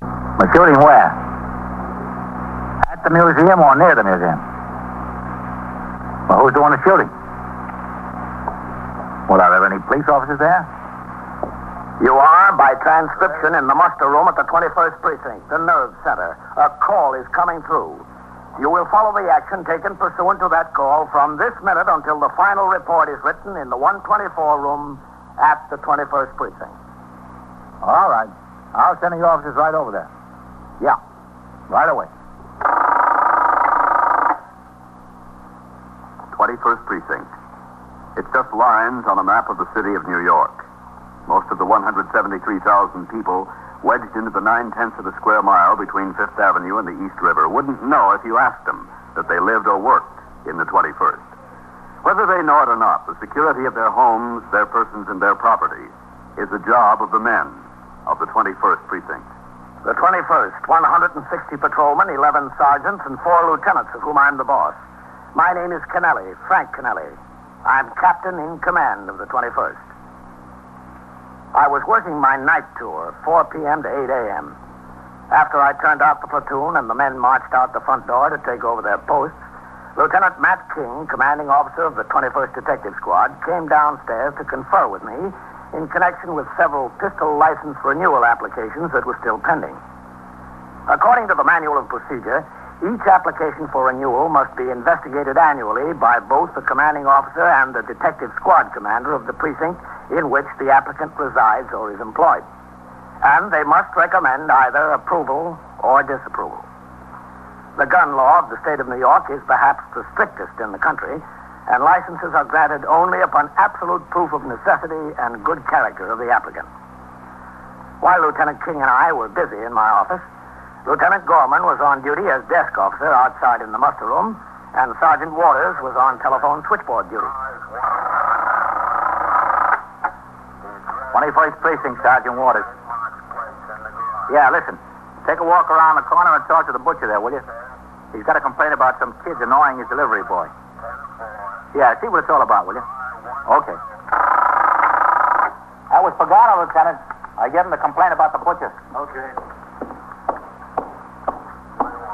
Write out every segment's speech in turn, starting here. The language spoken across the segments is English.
But shoot him where? At the museum or near the museum? Well, who's the one that shoot him? Would I have any police officers there? You are, by transcription, in the muster room at the 21st Precinct, the nerve center. A call is coming through. You will follow the action taken pursuant to that call from this minute until the final report is written in the 124 room at the 21st Precinct. All right. I'll send the officers right over there. Yeah. Right away. 21st Precinct. It's just lines on a map of the city of New York. Most of the 173,000 people wedged into the nine-tenths of a square mile between Fifth Avenue and the East River wouldn't know if you asked them that they lived or worked in the 21st. Whether they know it or not, the security of their homes, their persons, and their property is the job of the men of the 21st Precinct. The 21st, 160 patrolmen, 11 sergeants, and four lieutenants, of whom I'm the boss. My name is Kennelly, Frank Kennelly. I'm captain in command of the 21st. I was working my night tour, 4 p.m. to 8 a.m. After I turned out the platoon and the men marched out the front door to take over their posts, Lieutenant Matt King, commanding officer of the 21st Detective Squad, came downstairs to confer with me in connection with several pistol license renewal applications that were still pending. According to the manual of procedure, each application for renewal must be investigated annually by both the commanding officer and the detective squad commander of the precinct in which the applicant resides or is employed. And they must recommend either approval or disapproval. The gun law of the state of New York is perhaps the strictest in the country, and licenses are granted only upon absolute proof of necessity and good character of the applicant. While Lieutenant King and I were busy in my office, Lieutenant Gorman was on duty as desk officer outside in the muster room, and Sergeant Waters was on telephone switchboard duty. 21st Precinct, Sergeant Waters. Yeah, listen. Take a walk around the corner and talk to the butcher there, will you? He's got a complaint about some kids annoying his delivery boy. Yeah, see what it's all about, will you? Okay. That was Pagano, Lieutenant. I gave him the complaint about the butcher. Okay.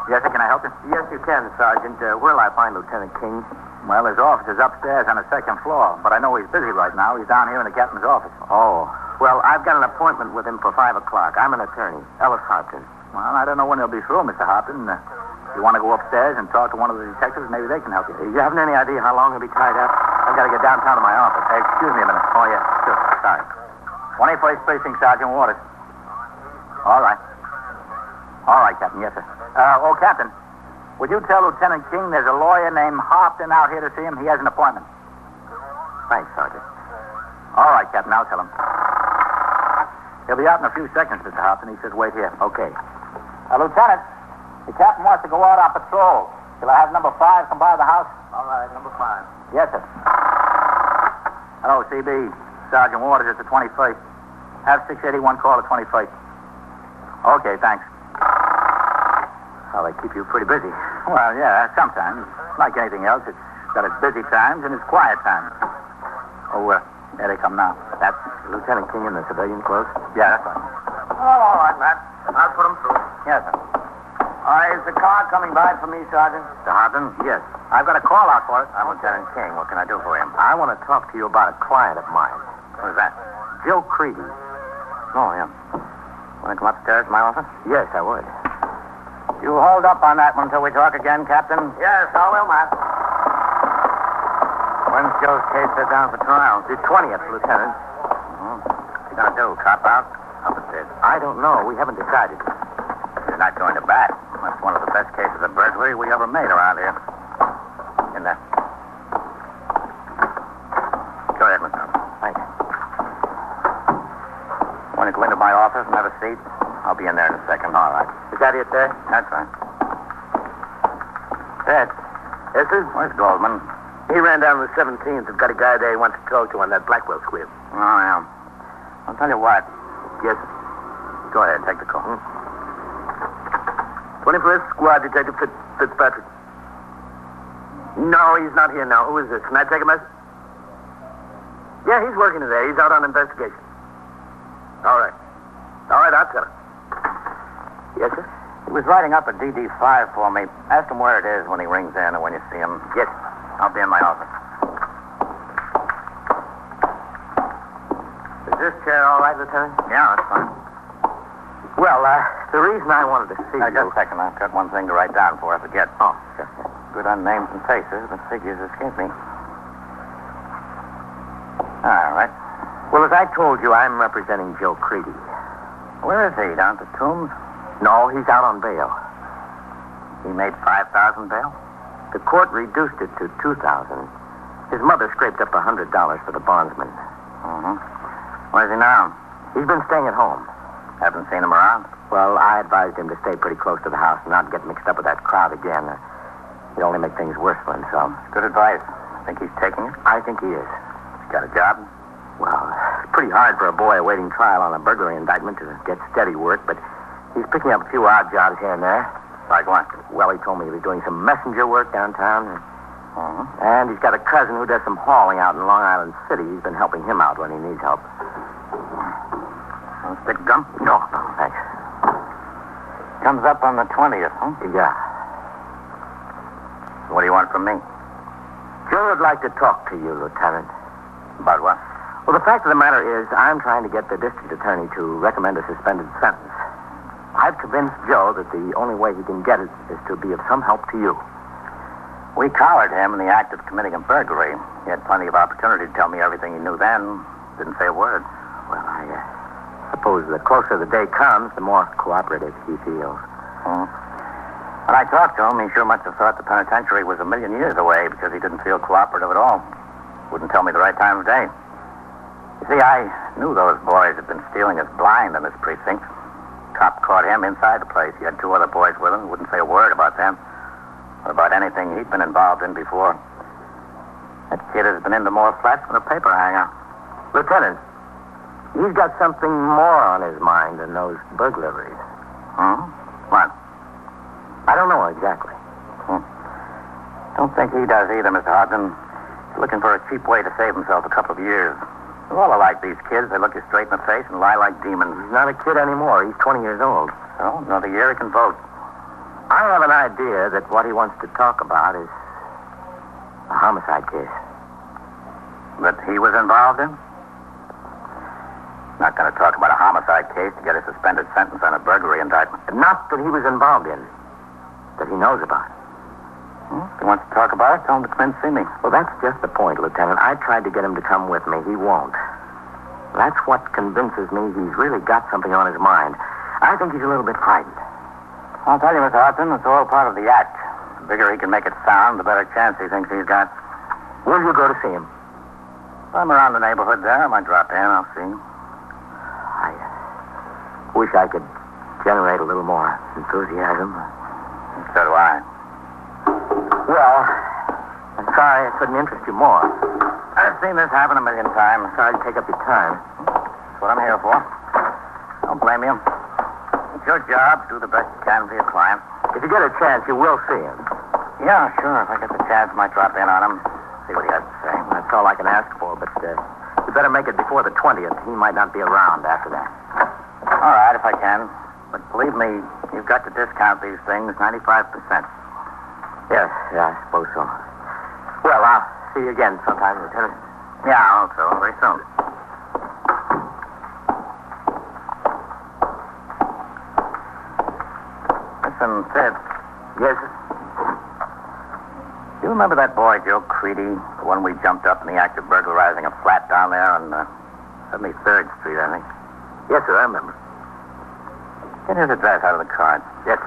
Yes, sir, can I help you? Yes, you can, Sergeant. Uh, where'll I find Lieutenant King? Well, his office is upstairs on the second floor, but I know he's busy right now. He's down here in the captain's office. Oh. Well, I've got an appointment with him for 5 o'clock. I'm an attorney, Ellis Hopkins. Well, I don't know when he'll be through, Mr. Hopkins. Uh, you want to go upstairs and talk to one of the detectives? Maybe they can help you. You haven't any idea how long he'll be tied up? I've got to get downtown to my office. Hey, excuse me a minute. Oh, yeah, sure. Sorry. 21st Precinct, Sergeant Waters. All right. All right, Captain. Yes, sir. Uh, oh, Captain, would you tell Lieutenant King there's a lawyer named Hopton out here to see him? He has an appointment. Thanks, Sergeant. All right, Captain. I'll tell him. He'll be out in a few seconds, Mr. Hopton. He says wait here. Okay. Uh, Lieutenant, the captain wants to go out on patrol. Shall I have number five come by the house? All right, number five. Yes, sir. Hello, CB. Sergeant Waters at the 21st. Have 681 call the 21st. Okay, thanks. Well, they keep you pretty busy. Well, yeah, sometimes. Like anything else, it's got its busy times and its quiet times. Oh, uh, there they come now. That's Lieutenant King in the civilian clothes? Yeah, that's right. Oh, all right, Matt. I'll put him through. Yes, sir. Uh, is the car coming by for me, Sergeant? Mr. Hobden? Yes. I've got a call out for it. I'm Lieutenant King. What can I do for him? I want to talk to you about a client of mine. Who's that? Joe Creedy. Oh, yeah. Want to come upstairs to my office? Yes, I would. You hold up on that one till we talk again, Captain. Yes, I will, Matt. When's Joe's case set down for trial? The 20th, Lieutenant. Oh. What you gonna do? Cop out? Up it says. I don't know. We haven't decided. You're not going to bat. That's one of the best cases of burglary we ever made around here. In there. Go ahead, Mr. Hubbard. Thanks. Want to go into my office and have a seat? I'll be in there in a second. All right. Is that it, sir? That's fine. Ted, Yes, sir? where's Goldman? He ran down to the 17th. I've got a guy there he wants to talk to on that Blackwell squib. Oh, yeah. I'll tell you what. Yes, Go ahead, take the call. 21st Squad Detective Fitz- Fitzpatrick. No, he's not here now. Who is this? Can I take a message? Yeah, he's working today. He's out on investigation. All right. All right, I'll tell him. Yes, sir? He was writing up a DD5 for me. Ask him where it is when he rings in or when you see him. Yes. I'll be in my office. Is this chair all right, Lieutenant? Yeah, that's fine. Well, uh, the reason I wanted to see Now, you... just a second. I've got one thing to write down before I forget. Oh, sure. Good on names and faces, but figures escape me. All right. Well, as I told you, I'm representing Joe Creedy. Where is he? Down at the tombs? No, he's out on bail. He made 5000 bail? The court reduced it to 2000 His mother scraped up a $100 for the bondsman. Mm-hmm. Where's he now? He's been staying at home. Haven't seen him around? Well, I advised him to stay pretty close to the house and not get mixed up with that crowd again. He'd only make things worse for himself. Good advice. Think he's taking it? I think he is. Got a job? Well, it's pretty hard for a boy awaiting trial on a burglary indictment to get steady work, but he's picking up a few odd jobs here and there. Like what? Well, he told me he'll be doing some messenger work downtown, Mm-hmm. and he's got a cousin who does some hauling out in Long Island City. He's been helping him out when he needs help. On stick gum? No, no, thanks. Comes up on the 20th, huh? Yeah. What do you want from me? Joe would like to talk to you, Lieutenant. About what? Well, the fact of the matter is, I'm trying to get the district attorney to recommend a suspended sentence. I've convinced Joe that the only way he can get it is to be of some help to you. We collared him in the act of committing a burglary. He had plenty of opportunity to tell me everything he knew then. Didn't say a word. Well, I uh, suppose the closer the day comes, the more cooperative he feels. Hmm. When I talked to him, he sure must have thought the penitentiary was a million years away because he didn't feel cooperative at all. Wouldn't tell me the right time of day. You see, I knew those boys had been stealing us blind in this precinct. Cop caught him inside the place. He had two other boys with him. Wouldn't say a word about them or about anything he'd been involved in before. That kid has been into more flats than a paper hanger. Lieutenant, he's got something more on his mind than those burglaries. Hmm? What? I don't know exactly. Don't think he does either, Mr. Hodgson. He's looking for a cheap way to save himself a couple of years. They're all alike, these kids. They look you straight in the face and lie like demons. He's not a kid anymore. He's 20 years old. So, another year he can vote. I have an idea that what he wants to talk about is a homicide case. But he was involved in? Not going to talk about a homicide case to get a suspended sentence on a burglary indictment. Not that he was involved in, that he knows about. If he wants to talk about it, tell him to come in and see me. Well, that's just the point, Lieutenant. I tried to get him to come with me. He won't. That's what convinces me he's really got something on his mind. I think he's a little bit frightened. I'll tell you, Mr. Hodgson, it's all part of the act. The bigger he can make it sound, the better chance he thinks he's got. Will you go to see him? If I'm around the neighborhood there, I might drop in. I'll see him. I wish I could generate a little more enthusiasm. So do I. Well, I'm sorry I couldn't interest you more. I've seen this happen a million times. Sorry to take up your time. That's what I'm here for. Don't blame you. It's your job. Do the best you can for your client. If you get a chance, you will see him. Yeah, sure. If I get the chance, might drop in on him. See what he has to say. That's all I can ask for, but uh, you better make it before the 20th. He might not be around after that. All right, if I can. But believe me, you've got to discount these things 95%. Yes, yeah, I suppose so. Well, I'll see you again sometime, Lieutenant. Yeah, also. Very soon. Listen, Sid. Yes, Do you remember that boy, Joe Creedy? The one we jumped up in the act of burglarizing a flat down there on uh, 73rd Street, I think. yes, sir, I remember. Get his address out of the card. Yes.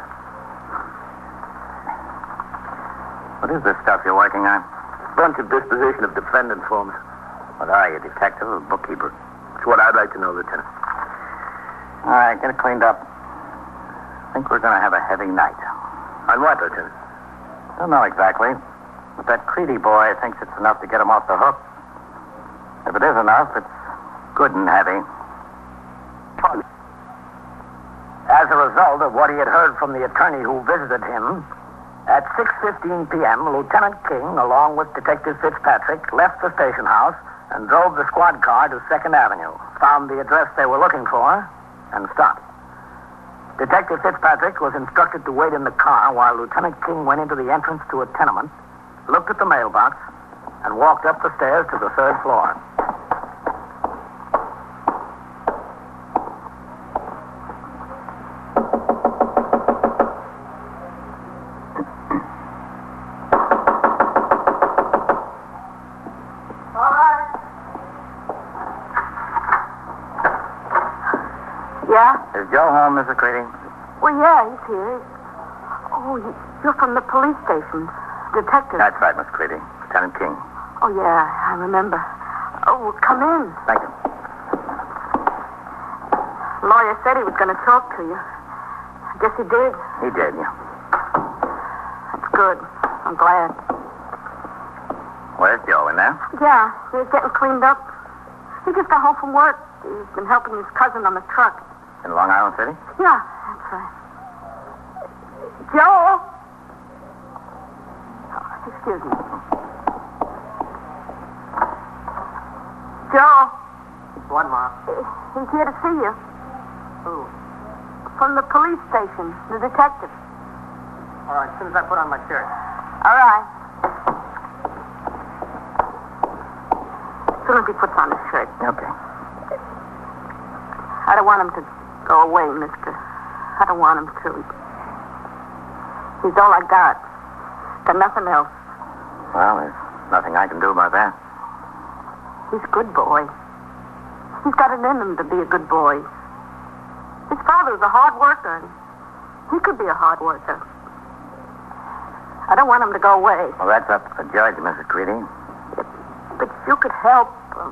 What is this stuff you're working on? Bunch of disposition of defendant forms. What are you, detective or bookkeeper? It's what I'd like to know, Lieutenant. All right, get it cleaned up. think we're going to have a heavy night. On what, Lieutenant? Don't know exactly, but that Creedy boy thinks it's enough to get him off the hook. If it is enough, it's good and heavy. As a result of what he had heard from the attorney who visited him, at 6.15 p.m., Lieutenant King, along with Detective Fitzpatrick, left the station house and drove the squad car to 2nd Avenue, found the address they were looking for, and stopped. Detective Fitzpatrick was instructed to wait in the car while Lieutenant King went into the entrance to a tenement, looked at the mailbox, and walked up the stairs to the third floor. Yeah? Is Joe home, Mrs. Creedy? Well, yeah, he's here. Oh, you- you're from the police station. Detective. That's right, Miss Creedy. Lieutenant King. Oh, yeah, I remember. Oh, well, come in. Thank you. Lawyer said he was going to talk to you. I guess he did. He did, yeah. That's good. I'm glad. Where's Joe in there? Yeah, he's getting cleaned up. He just got home from work. He's been helping his cousin on the truck. In Long Island City? Yeah, that's right. Joe? Oh, excuse me. Joe, One, Ma. he's here to see you. Who? From the police station, the detective. All right, as soon as I put on my shirt. All right. As soon as he puts on his shirt. Okay. I don't want him to go away, mister. I don't want him to. He's all I got. Got nothing else. Well, there's nothing I can do about that. He's a good boy. He's got it in him to be a good boy. His father was a hard worker. and He could be a hard worker. I don't want him to go away, Well, that's up to the judge, Mrs. Creedy. but you could help. A,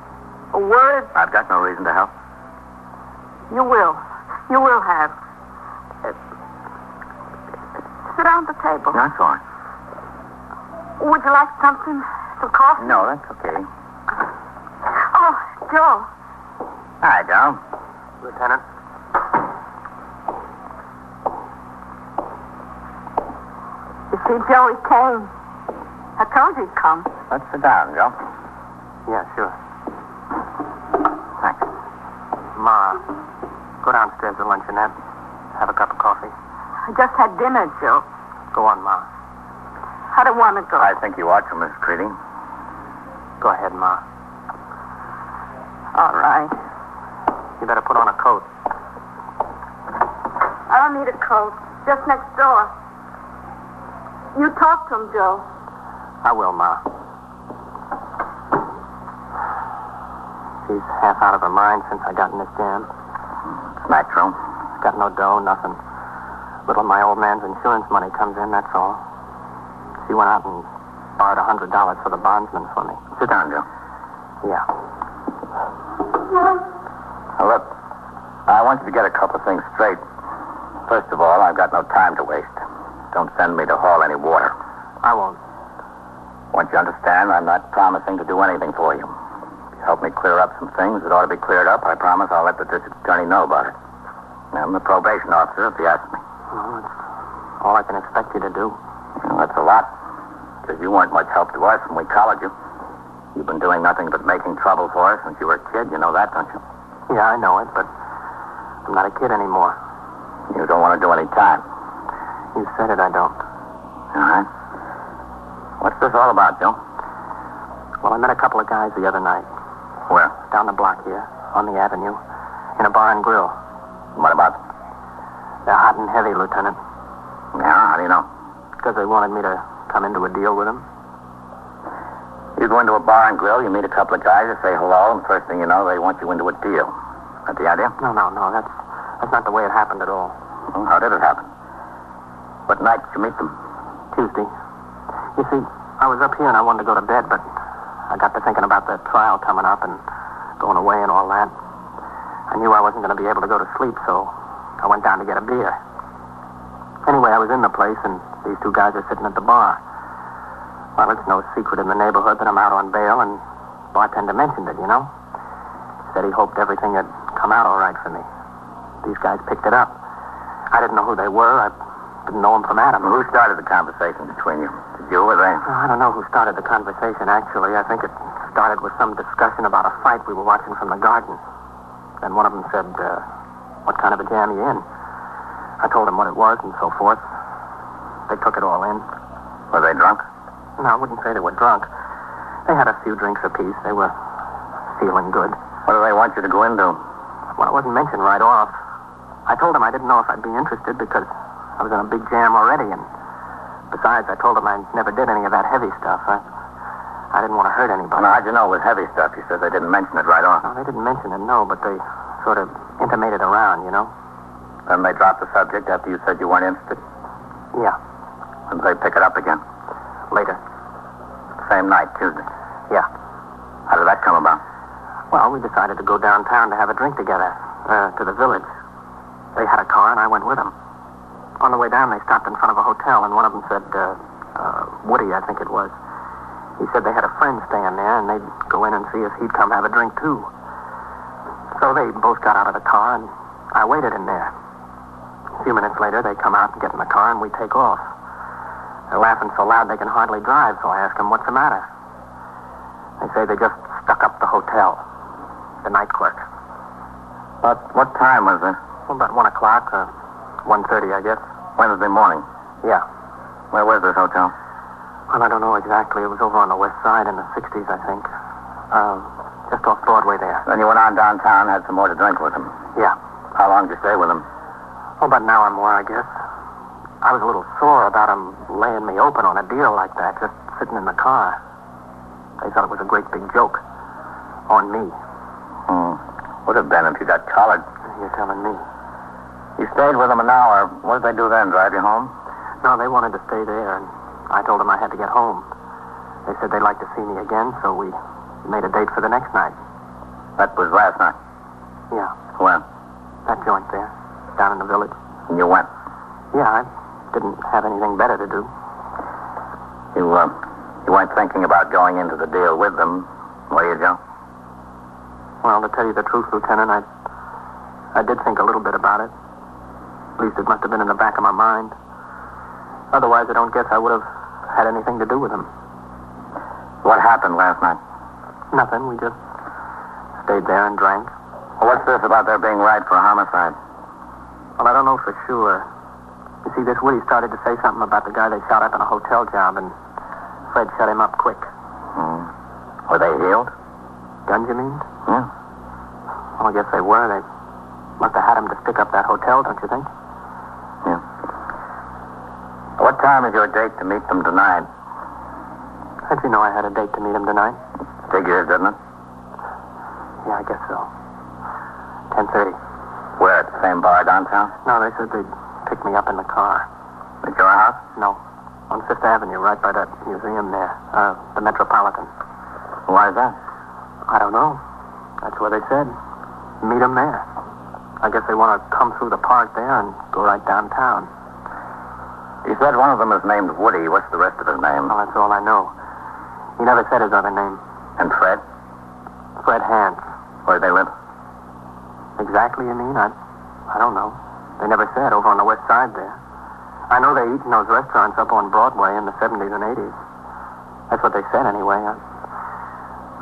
a word, I've got no reason to help. you will. You will have. Uh, sit down at the table. That's fine. Would you like something? Some coffee? No, that's okay. Oh, Joe. Hi, Joe. Lieutenant? You see, Joe, he came. I told you he'd come. Let's sit down, Joe. Yeah, sure. Thanks. Ma, go downstairs to luncheonette. Have a cup of coffee. I just had dinner, Joe. Go on, Ma. I don't want to go. I think you ought to, Mrs. Creedy. Go ahead, Ma. All right. You better put on a coat. I don't need a coat. Just next door. You talk to him, Joe. I will, Ma. She's half out of her mind since I got in this jam. Natural. Got no dough, nothing. Little my old man's insurance money comes in, that's all. She went out and borrowed a hundred dollars for the bondsman for me. Sit down, Joe. Yeah. Now, look, I want you to get a couple of things straight. First of all, I've got no time to waste. Don't send me to haul any water. I won't. Once you to understand, I'm not promising to do anything for you. If you help me clear up some things that ought to be cleared up, I promise I'll let the district attorney know about it. I'm the probation officer, if you ask me. Well, it's all I can expect you to do. Well, that's a lot, because you weren't much help to us when we collared you. You've been doing nothing but making trouble for us since you were a kid. You know that, don't you? Yeah, I know it, but I'm not a kid anymore. You don't want to do any time. You said it, I don't. All right. What's this all about, Joe? Well, I met a couple of guys the other night, Where? down the block here, on the avenue, in a bar and grill. What about? They're hot and heavy, Lieutenant, Yeah, how do you know? because they wanted me to come into a deal with them. You go into a bar and grill, you meet a couple of guys, you say hello, and first thing you know, they want you into a deal. That the idea? No, no, no, that's, that's not the way it happened at all. Well, how did it happen? What night did you meet them? Tuesday. You see, I was up here and I wanted to go to bed, but I got to thinking about that trial coming up and going away and all that. I knew I wasn't going to be able to go to sleep, so I went down to get a beer. Anyway, I was in the place and these two guys are sitting at the bar. Well, it's no secret in the neighborhood that I'm out on bail, and bartender mentioned it, you know? Said he hoped everything had come out all right for me. These guys picked it up. I didn't know who they were. I didn't know them from Adam. Who started the conversation between you? Did you or they? Well, I don't know who started the conversation, actually. I think it started with some discussion about a fight we were watching from the garden. Then one of them said, uh, What kind of a jam you in? I told them what it was and so forth. They took it all in. Were they drunk? No, I wouldn't say they were drunk. They had a few drinks apiece. They were feeling good. What do they want you to go into? Well, it wasn't mentioned right off. I told them I didn't know if I'd be interested because I was in a big jam already, and besides, I told them I never did any of that heavy stuff. I, I didn't want to hurt anybody. Now, how'd you know it was heavy stuff? You said they didn't mention it right off. No, they didn't mention it, no, but they sort of intimated around, you know? Then they dropped the subject after you said you weren't interested? Yeah, When did they pick it up again? later. Same night, Tuesday. Yeah. How did that come about? Well, we decided to go downtown to have a drink together, uh, to the village. They had a car, and I went with them. On the way down, they stopped in front of a hotel, and one of them said, uh, uh, Woody, I think it was. He said they had a friend staying there, and they'd go in and see if he'd come have a drink, too. So they both got out of the car, and I waited in there. A few minutes later, they come out and get in the car, and we take off. They're laughing so loud they can hardly drive, so I ask them, what's the matter? They say they just stuck up the hotel, the night clerk. What, what time was it? Well, about 1 o'clock, uh, 1.30, I guess. Wednesday morning. Yeah. Where was this hotel? Well, I don't know exactly. It was over on the west side in the 60s, I think. Um, just off Broadway there. Then you went on downtown, had some more to drink with them. Yeah. How long did you stay with them? Oh, about an hour more, I guess. I was a little sore about 'em laying me open on a deal like that, just sitting in the car. They thought it was a great big joke. On me, Hmm. Would have been if you got collared. you're telling me. You stayed with them an hour. What did they do then? Drive you home? No, they wanted to stay there, and I told them I had to get home. They said they'd like to see me again, so we made a date for the next night. That was last night. Yeah, When? that joint there, down in the village. And you went. Yeah, I didn't have anything better to do. You, uh, you weren't thinking about going into the deal with them, were you, Joe? Well, to tell you the truth, Lieutenant, I, I did think a little bit about it. At least it must have been in the back of my mind. Otherwise, I don't guess I would have had anything to do with him. What happened last night? Nothing. We just stayed there and drank. Well, what's this about there being right for a homicide? Well, I don't know for sure. You see, this Woody started to say something about the guy they shot up in a hotel job, and Fred shut him up quick. Hmm. Were they healed? Guns, you mean? Yeah. Well, I guess they were. They must have had him to stick up that hotel, don't you think? What time is your date to meet them tonight? How'd you know I had a date to meet him tonight? Figures, didn't it? Yeah, I guess so. Ten thirty. Where? At the same bar downtown? No, they said they'd pick me up in the car. At your house? No, on Fifth Avenue, right by that museum there, uh, the Metropolitan. Why is that? I don't know. That's where they said. Meet 'em there. I guess they want to come through the park there and go right downtown. You said one of them is named Woody. What's the rest of his name? Well, that's all I know. He never said his other name. And Fred? Fred Hans. Where do they live? Exactly, you mean? I, I don't know. They never said over on the west side there. I know they eat in those restaurants up on Broadway in the 70s and 80s. That's what they said anyway. I,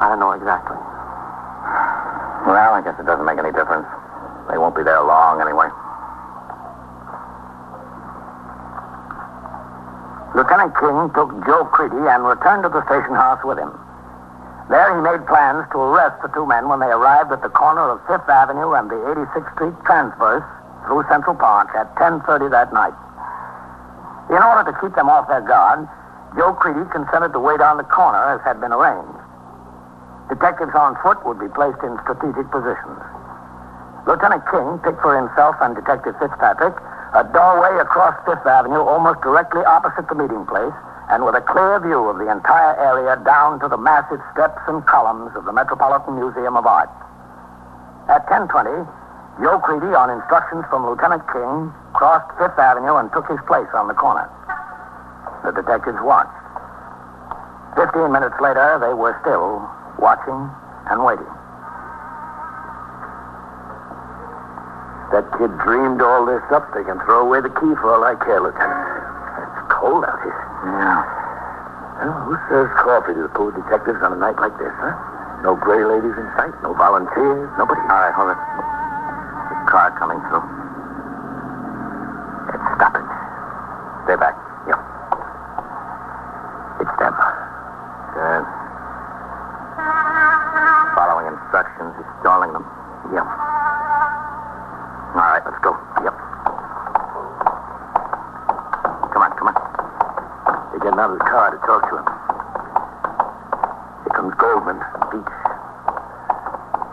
I don't know exactly. Well, I guess it doesn't make any difference. They won't be there long anyway. Lieutenant King took Joe Creedy and returned to the station house with him. There he made plans to arrest the two men when they arrived at the corner of Fifth Avenue and the 86th Street transverse through Central Park at 10.30 that night. In order to keep them off their guard, Joe Creedy consented to wait on the corner as had been arranged. Detectives on foot would be placed in strategic positions. Lieutenant King picked for himself and Detective Fitzpatrick a doorway across Fifth Avenue almost directly opposite the meeting place and with a clear view of the entire area down to the massive steps and columns of the Metropolitan Museum of Art. At 1020, Joe Creedy, on instructions from Lieutenant King, crossed Fifth Avenue and took his place on the corner. The detectives watched. Fifteen minutes later, they were still watching and waiting. That kid dreamed all this up. They can throw away the key for all I care, Lieutenant. It's cold out here. Yeah. Well, who serves coffee to the poor detectives on a night like this, huh? No gray ladies in sight, no volunteers, nobody. All right, hold it. The car coming through. jumping out of the car to talk to him. Here comes Goldman, Beach.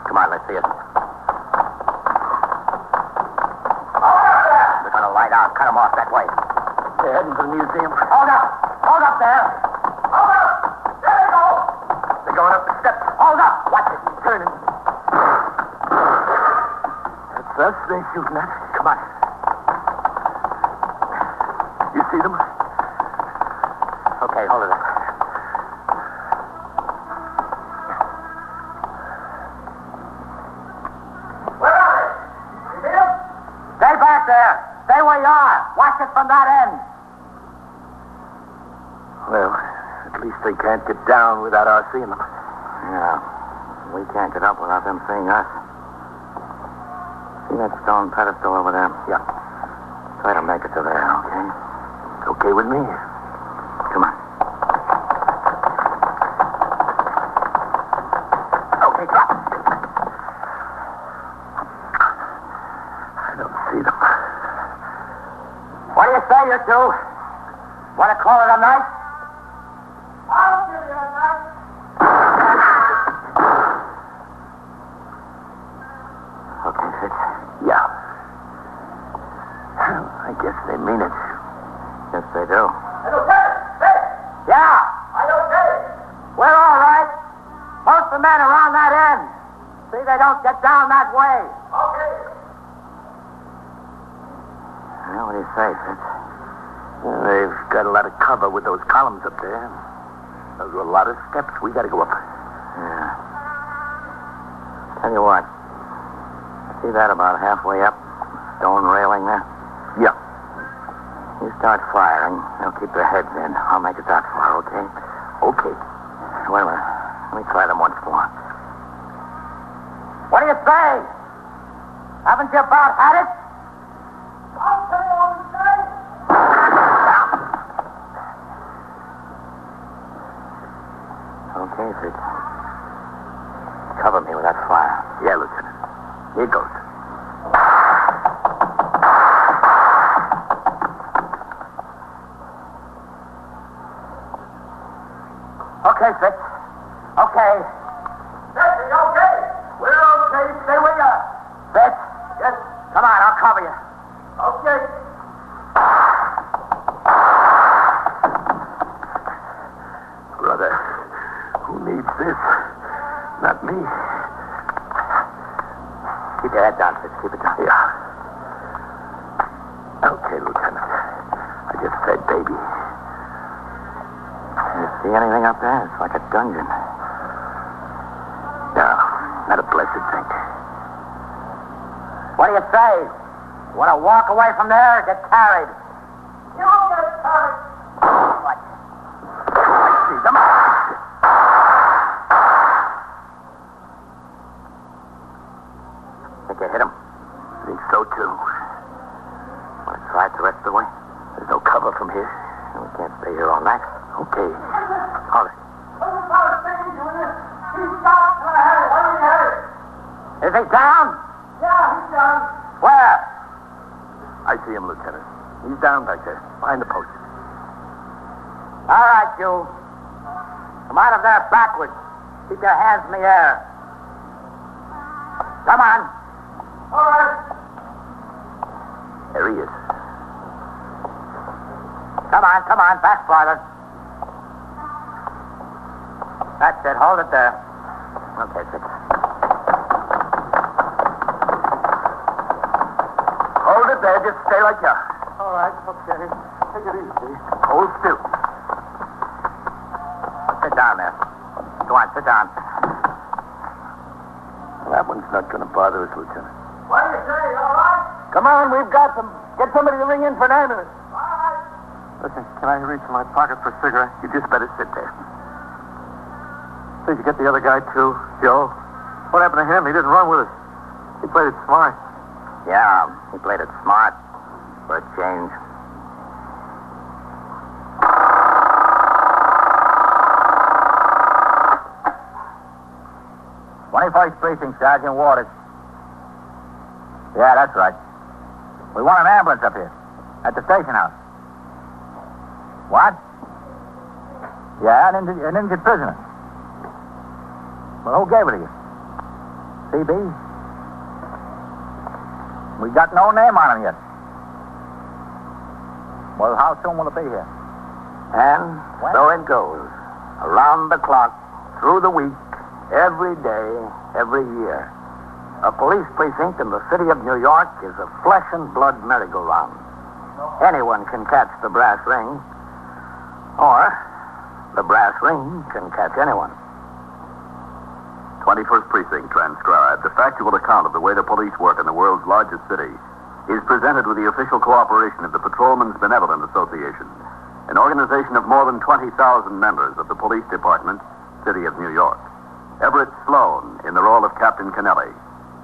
Come on, let's see it. They're gonna light out. Cut them off that way. They're heading for the museum. Hold up! Hold up there! Hold up! There they go! They're going up the steps. Hold up! Watch it. Turning. That's us they're shooting at. Come on. You see them? Okay, hold it up. Where are they? You see them? Stay back there. Stay where you are. Watch it from that end. Well, at least they can't get down without our seeing them. Yeah. We can't get up without them seeing us. See that stone pedestal over there? Yeah. Try to make it to there, okay? It's okay with me. Come on. Okay, drop. I don't see them. What do you say, you two? Want to call it a night? Okay, Fitz. Yeah. Well, I guess they mean it. Yes, they do. Yeah. We're all right. Most of the men are on that end. See, they don't get down that way. Well, what do you say, Fitz? Well, they've got a lot of cover with those columns up there. Those are a lot of steps. We got to go up. Yeah. Tell you what. See that about halfway up? Stone railing there? Yeah. You start firing. They'll keep their heads in. I'll make it that far, okay? Okay. Wait a minute. Let me try them once more. What do you say? Haven't you about had it? Okay, Fitz. Cover me with that fire. Yeah, Lieutenant. Here goes. Okay, Fitz. Okay. Fitz, you okay? We're okay. Stay where you are. Fitz? Yes? Come on, I'll cover you. Okay. Brother, who needs this? Not me. Keep your head down, Fitz. Keep it down. Yeah. Okay, Lieutenant. I just said baby. You see anything up there? It's like a dungeon. No, not a blessed thing. What do you say? Want to walk away from there or get carried? You'll get carried. What? I see them. Think you hit him? Think so, too. Want to try it the rest of the way? There's no cover from here. We can't stay here all night. Okay. All right. Is he down? Where? I see him, Lieutenant. He's down back there, behind the post. All right, you. Come out of there backwards. Keep your hands in the air. Come on. All right. There he is. Come on, come on, back farther. That's it. Hold it there. Okay, Fitz. Hold it there. Just stay like you are. All right, okay. Take it easy. Hold still. Sit down there. Go on, sit down. That one's not going to bother us, Lieutenant. What do you say? All right? Come on, we've got them. Get somebody to ring in for an ambulance. All right. Listen, can I reach in my pocket for a cigarette? You just better sit there. Did you get the other guy, too? Joe? What happened to him? He didn't run with us. He played it smart. Yeah, he played it smart for a change. Twenty-first precinct, Sergeant Waters. Yeah, that's right. We want an ambulance up here at the station house. What? Yeah, an injured, an injured prisoner. Well, who gave it to you? CB? We got no name on him yet. Well, how soon will it be here? And When? so it goes. Around the clock, through the week, every day, every year. A police precinct in the city of New York is a flesh and blood merry-go-round. Anyone can catch the brass ring, or the brass ring can catch anyone. 21st Precinct transcribed. A factual account of the way the police work in the world's largest city is presented with the official cooperation of the Patrolmen's Benevolent Association, an organization of more than 20,000 members of the Police Department, City of New York. Everett Sloan in the role of Captain Kennelly,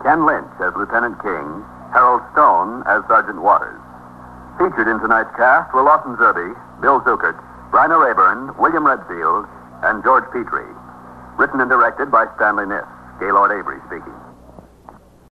Ken Lynch as Lieutenant King, Harold Stone as Sergeant Waters. Featured in tonight's cast were Lawson Zerby, Bill Zuckert, Rainer Rayburn, William Redfield, and George Petrie. Written and directed by Stanley Niss. Gaylord Avery speaking.